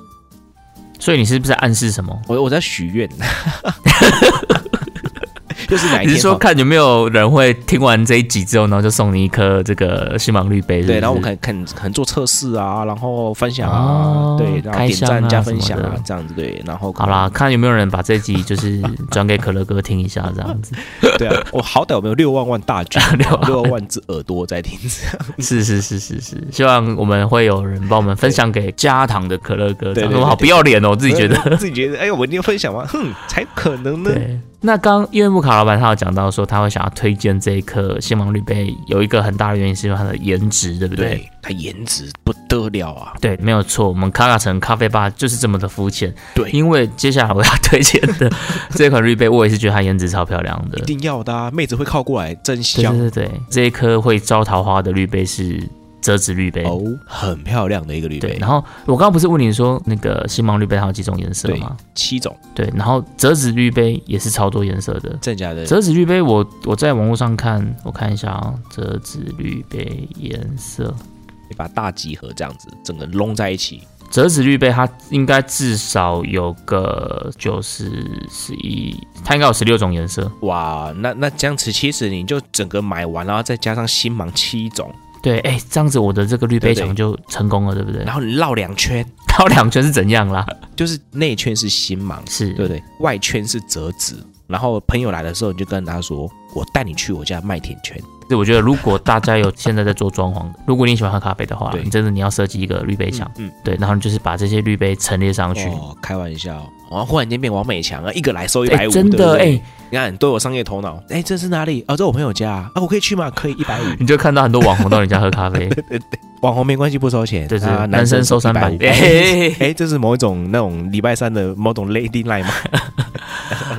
所以你是不是在暗示什么？我我在许愿， 就是哪一你天是说好看有没有人会听完这一集之后，然后就送你一颗这个星芒绿杯？是不对，是然后我们可能可能做测试啊，然后分享啊，哦对，然后开点箱啊赞、加分享什么啊的，这样子对，然后好啦，，看有没有人把这集就是 转给可乐哥听一下，这样子。对啊，我好歹我们有六万万大 ，军六万六万只耳朵在听，是是是是是，希望我们会有人帮我们分享给加糖的可乐哥，对这对样对我们好不要脸哦，我自己觉得。 自己觉得，哎，我一定要分享吗？哼，才可能呢。对，那刚因为木卡老板他有讲到说他会想要推荐这一颗星芒绿杯，有一个很大的原因是因为它的颜值，对不对？对，它颜值不得了啊！对，没有错，我们卡卡城咖啡吧就是这么的肤浅。对因为接下来我要推荐的这款绿杯，我也是觉得它颜值超漂亮的一。定要的啊，妹子会靠过来，真对香对对对，这一颗会招桃花的绿杯是折纸绿杯。哦，很漂亮的一个绿对杯，，然后我刚刚不是问你说那个星芒绿杯它有几种颜色对吗？七种，对，然后折纸绿杯也是超多颜色的。真假的？折纸绿杯我，我在网络上看，我看一下啊、折纸绿杯颜色，你把大集合这样子，整个拢在一起，折纸绿杯它应该至少有个九十十一，它应该有十六种颜色。哇，那那这样子，其实你就整个买完，然后再加上新芒七种，对，哎，这样子我的这个绿杯对对墙就成功了，对不对然？后你绕两圈，到两圈是怎 样啦？就是内圈是新芒，是，对不对？外圈是折纸。然后朋友来的时候，你就跟他说：“我带你去我家麦田圈。所以我觉得，如果大家有现在在做装潢的，如果你喜欢喝咖啡的话，对你真的你要设计一个滤杯墙，嗯嗯对，然后你就是把这些滤杯陈列上去。哦，开玩笑，我忽然间变王美强啊，一个来收一哎百五，真的对不对哎你看都有商业头脑。哎，这是哪里？啊，这我朋友家啊，啊我可以去吗？可以，一 百五。你就看到很多网红到你家喝咖啡，网红没关系，不收钱。对对啊，男生收300 150 哎哎，这是某一种那种礼拜三的某种 lady night 吗？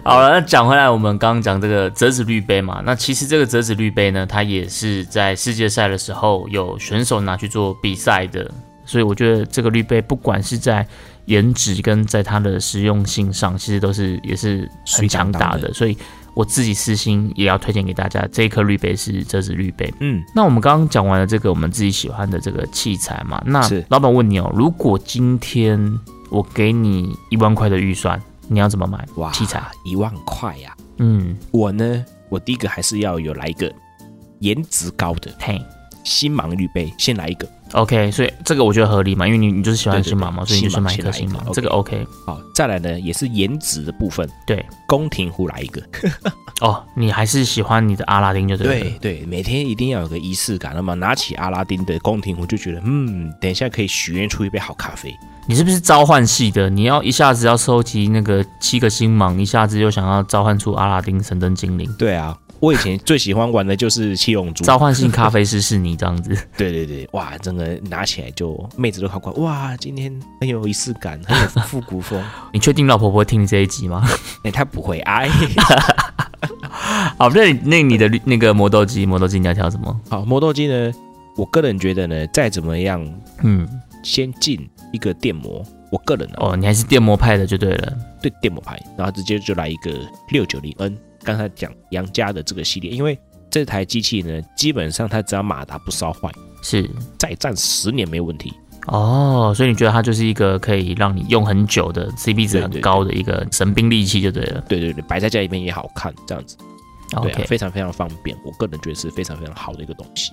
好了，那讲回来，我们刚刚讲这个折纸滤杯嘛，那其实这个折纸滤杯呢，它也是在世界赛的时候有选手拿去做比赛的，所以我觉得这个滤杯不管是在颜值跟在它的实用性上，其实都是也是很强大水当当的，所以我自己私心也要推荐给大家，这一颗滤杯是折纸滤杯。嗯，那我们刚刚讲完了这个我们自己喜欢的这个器材嘛，那是老板问你哦，如果今天我给你一万块的预算，你要怎么买哇，器材？一万块呀、嗯，我呢，我第一个还是要有来一个颜值高的嘿新盲滤杯，先来一个。 ，OK，所以这个我觉得合理嘛，因为你你就是喜欢对对新马嘛，对所以你就是新马买一颗先来新一马个，这个 OK。好，再来呢，也是颜值的部分，对，宫廷壶来一个。哦，你还是喜欢你的阿拉丁就对了。对 对，每天一定要有个仪式感。那么拿起阿拉丁的宫廷壶，就觉得嗯，等一下可以许愿出一杯好咖啡。你是不是召唤系的？你要一下子要收集那个七个星芒，一下子又想要召唤出阿拉丁神灯精灵，对啊，我以前最喜欢玩的就是七龙珠。 召唤性咖啡师是你这样子。 对对对，哇，整个拿起来就妹子都看过来，哇，今天很有仪式感，很有复古风。你确定老婆婆会听你这一集吗？哎、她不会哎。好，哦那你那你的那个磨豆机，磨豆机你要挑什么？好，磨豆机呢，我个人觉得呢，再怎么样，嗯，先进一个电磨，我个人哦，哦，你还是电磨派的就对了。对电磨牌，然后直接就来一个六九零 N，刚才讲杨家的这个系列，因为这台机器呢，基本上它只要马达不烧坏，是再战十年没问题。哦，所以你觉得它就是一个可以让你用很久的 CP 值对很对高的一个神兵利器就对了。对对对，摆在家里面也好看，这样子，对啊 OK，非常非常方便，我个人觉得是非常非常好的一个东西。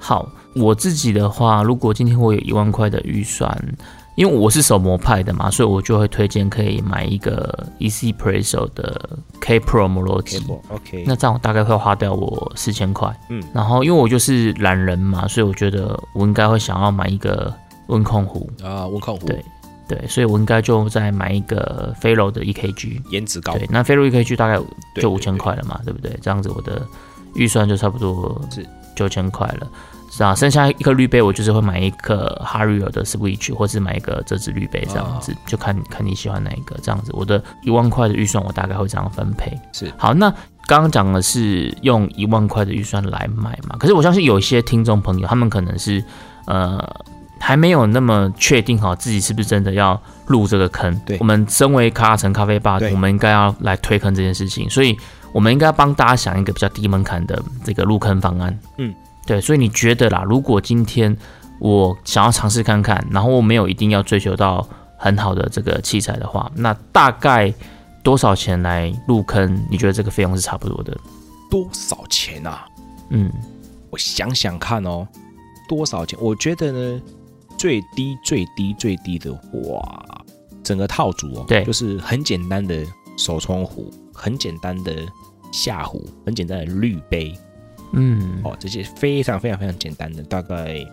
好，我自己的话，如果今天我有一万块的预算，因为我是手磨派的嘛，所以我就会推荐可以买一个 EC Presso 的 K Pro 磨罗机。 OK，那这样我大概会花掉我四千块，嗯然后因为我就是懒人嘛，所以我觉得我应该会想要买一个温控壶，啊，温控壶对对，所以我应该就再买一个飞楼的 E EKG，颜值高，对，那飞楼 EKG 大概对就对五千对块了嘛，对不对？这样子我的预算就差不多是九千块了。是啊，剩下一个滤杯，我就是会买一个 Harrier 的 Switch，或是买一个折纸滤杯这样哦子，就看看你喜欢哪一个这样子。我的一万块的预算，我大概会这样分配。是好，那刚刚讲的是用一万块的预算来买嘛，可是我相信有一些听众朋友，他们可能是呃还没有那么确定好自己是不是真的要入这个坑。对我们身为卡卡城咖啡吧，对我们应该要来推坑这件事情，所以我们应该帮大家想一个比较低门槛的这个入坑方案。嗯，对，所以你觉得啦，如果今天我想要尝试看看，然后我没有一定要追求到很好的这个器材的话，那大概多少钱来入坑？你觉得这个费用是差不多的？多少钱啊？嗯，我想想看哦，多少钱？我觉得呢，最低最低最低的哇，整个套组哦，对就是很简单的手冲壶，很简单的下壶，很简单的滤杯嗯，哦，这些非常非常非常简单的，大概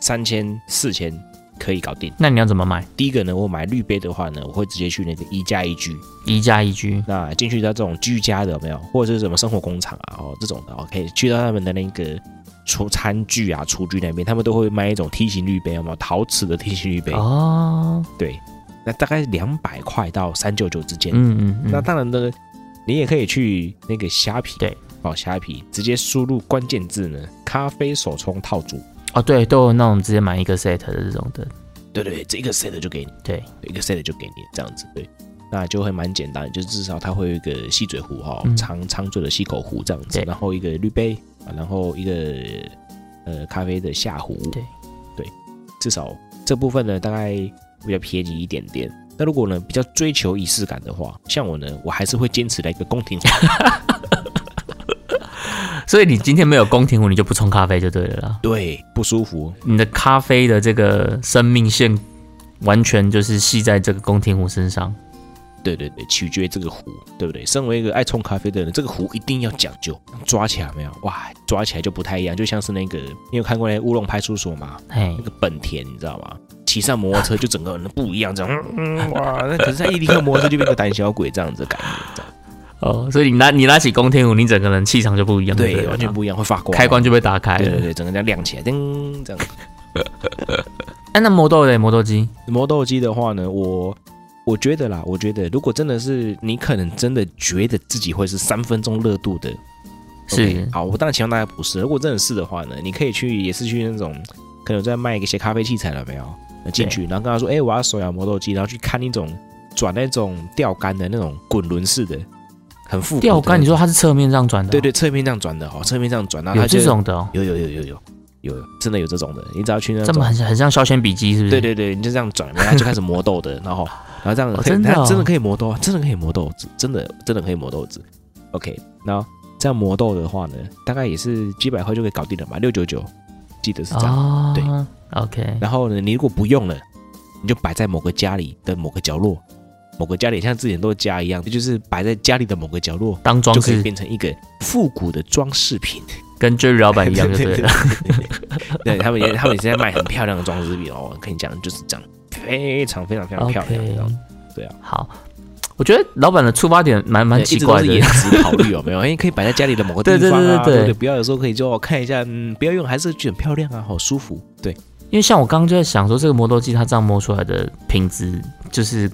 三千四千可以搞定。那你要怎么买？第一个呢，我买滤杯的话呢，我会直接去那个一加一居，一加一居，那进去到这种居家的有没有，或者是什么生活工厂啊，哦这种的，哦，可以去到他们的那个厨餐具啊、厨具那边，他们都会卖一种梯形滤杯，有没有陶瓷的梯形滤杯？哦，对，那大概两百块到三九九之间。嗯嗯那嗯，当然呢，你也可以去那个虾皮，对，哦虾皮直接输入关键字呢，咖啡手冲套组，哦对，都有那种直接买一个 set 的这种的，对对对，这一个 set 就给你，对，一个 set 就给你这样子，对。那就会蛮简单，就是至少它会有一个吸嘴壶哈、嗯长长嘴的吸口壶这样子对，然后一个滤杯啊，然后一个呃咖啡的下壶，对对，至少这部分呢大概比较便宜一点点。那如果呢比较追求仪式感的话，像我呢，我还是会坚持来一个宫廷壶， 所以你今天没有宫廷壶，你就不冲咖啡就对了啦。对，不舒服，你的咖啡的这个生命线完全就是系在这个宫廷壶身上。对对对，取决于这个壶，对不对？身为一个爱冲咖啡的人，这个壶一定要讲究，抓起来没有？哇，抓起来就不太一样，就像是那个你有看过那个乌龙派出所吗？嘿那，个本田，你知道吗？骑上摩托车就整个人不一样，这样，嗯嗯 哇，那可是他一离开摩托车就变个胆小鬼这样子的感觉，这样哦，所以你拉你拉起宫天舞，你整个人气场就不一样，对，不完全不一样，会发光，开关就被打开对对了。对，整个人亮起来，噔，这样。哎，那磨豆嘞，磨豆机，磨豆机的话呢，我我觉得啦，我觉得如果真的是你可能真的觉得自己会是三分钟热度的是 OK，好，我当然希望大家不是。如果真的是的话呢，你可以去也是去那种可能有在卖一些咖啡器材了没有？那进去，然后跟他说，哎、我要手摇磨豆机，然后去看那种转那种钓竿的那种滚轮式的，很复古的钓竿，你说它是侧面这样转的、对，对，侧面这样转的哦，侧面这样转，然后有它就这种的、哦，有有有有有有有真的有这种的，你只要去那这种么很像很像削铅笔机，是不是？对对对，你就这样转，然后就开始磨豆的， 然后然后这样哦可以真的它哦真的可以磨豆啊，真的可以磨豆子，真的真的可以磨豆子。OK，然后这样磨豆的话呢，大概也是几百块就可以搞定了嘛，六九九，记得是这样。哦，对，OK，然后呢，你如果不用了，你就摆在某个家里的某个角落，某个家里像之前都家一样，就是摆在家里的某个角落，当装就可以饰，变成一个复古的装饰品。跟 Jerry 老板一样就对 对了。对对对他们也他们也是在卖很漂亮的装饰品哦，我跟你讲就是这样，非常非常非常漂亮这样 OK，。对啊，好，我觉得老板的出发点蛮蛮对奇怪的一直。都是颜值考虑有没有？因为可以摆在家里的某个地方啊，对对对对对对不不要有时候可以就哦看一下，嗯，不要用，还是觉得很漂亮啊，好舒服。对，因为像我刚刚就在想说，这个磨豆机它这样磨出来的品质就是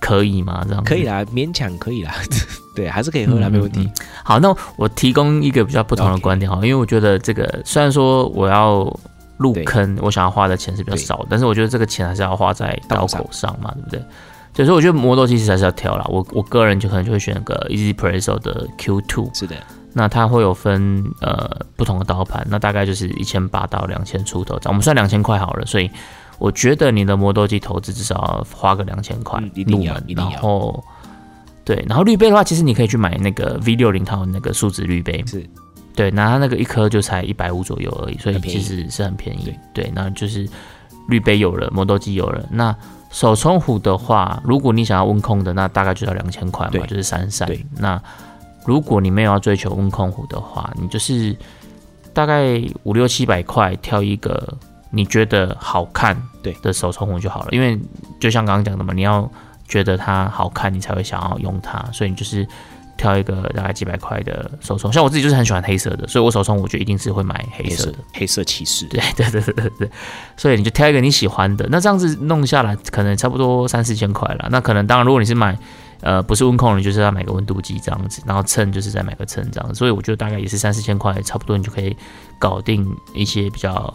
可以吗？这样子可以。啦，勉强可以啦，对，还是可以喝啦，没问嗯题嗯。好，那我提供一个比较不同的 OK 观点哈，因为我觉得这个虽然说我要入对坑，我想要花的钱是比较对少，但是我觉得这个钱还是要花在刀刀上口上嘛，对不对？对，所以我觉得磨豆其实还是要挑啦。我我个人就可能就会选个 Easy Presso 的 Q Two，是的，那它会有分呃不同的刀盘，那大概就是一千八到两千出头，我们算两千块好了。所以我觉得你的磨豆机投资至少要花个两千块嗯一定入要门，一定然要后对，然后滤杯的话，其实你可以去买那个 V 六零它有那个树脂滤杯，是对，那它那个一颗就才一百五左右而已，所以很便其宜实是很便宜。对，那就是滤杯有了，磨豆机有了，那手冲壶的话，如果你想要温控的，那大概就要两千块嘛对，就是三三对。那如果你没有要追求温控壶的话，你就是大概五六七百块挑一个你觉得好看对的手冲壶就好了，因为就像刚刚讲的嘛，你要觉得它好看，你才会想要用它，所以你就是挑一个大概几百块的手冲。像我自己就是很喜欢黑色的，所以我手冲我就一定是会买黑黑色色的。黑色骑士，对对 对对对对，所以你就挑一个你喜欢的，那这样子弄下来可能差不多三四千块了。那可能当然，如果你是买呃不是温控，你就是要买个温度计这样子，然后秤就是再买个秤这样子。所以我觉得大概也是三四千块，差不多你就可以搞定一些比较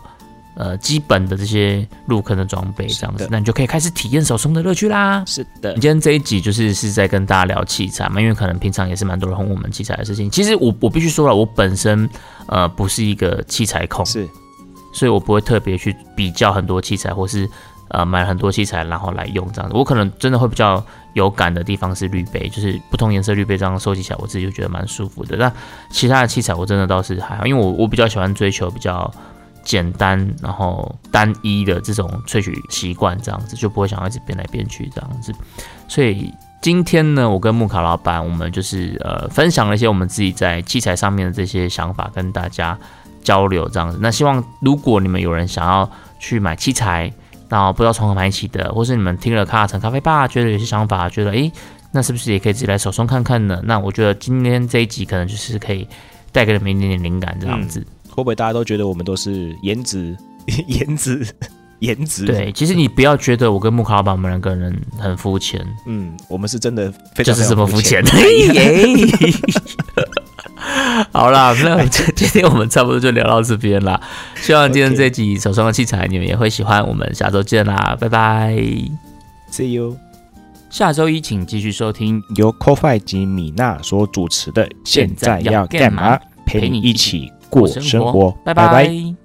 呃基本的这些入坑的装备这样是子的，那你就可以开始体验手冲的乐趣啦。是的你，今天这一集就是是在跟大家聊器材嘛，因为可能平常也是蛮多人哄我们器材的事情。其实我我必须说了，我本身呃不是一个器材控，是所以我不会特别去比较很多器材，或是呃买很多器材然后来用这样子。我可能真的会比较有感的地方是滤杯，就是不同颜色滤杯这样收集起来，我自己就觉得蛮舒服的。那其他的器材我真的倒是还好，因为我我比较喜欢追求比较简单，然后单一的这种萃取习惯，这样子就不会想要一直变来变去这样子。所以今天呢，我跟木卡老板，我们就是呃分享了一些我们自己在器材上面的这些想法，跟大家交流这样子。那希望如果你们有人想要去买器材，那不知道从何买起的，或是你们听了卡卡城咖啡吧，觉得有些想法，觉得诶，那是不是也可以自己来手冲看看呢？那我觉得今天这一集可能就是可以带给你们一点点灵感这样子。会不会大家都觉得我们都是颜值颜值颜值？对，，其实你不要觉得我跟木卡老板我们两个人很肤浅，嗯，我们是真的非就常是这么肤非常哎浅。耶 好啦，那今今天我们差不多就聊到这边啦。希望今天 OK 这集手上的器材你们也会喜欢，我们下周见啦，拜拜。 See you。下周一请继续收听，由 CoFi 及米娜所主持的《现在要干嘛》，陪你一起过生活。拜拜拜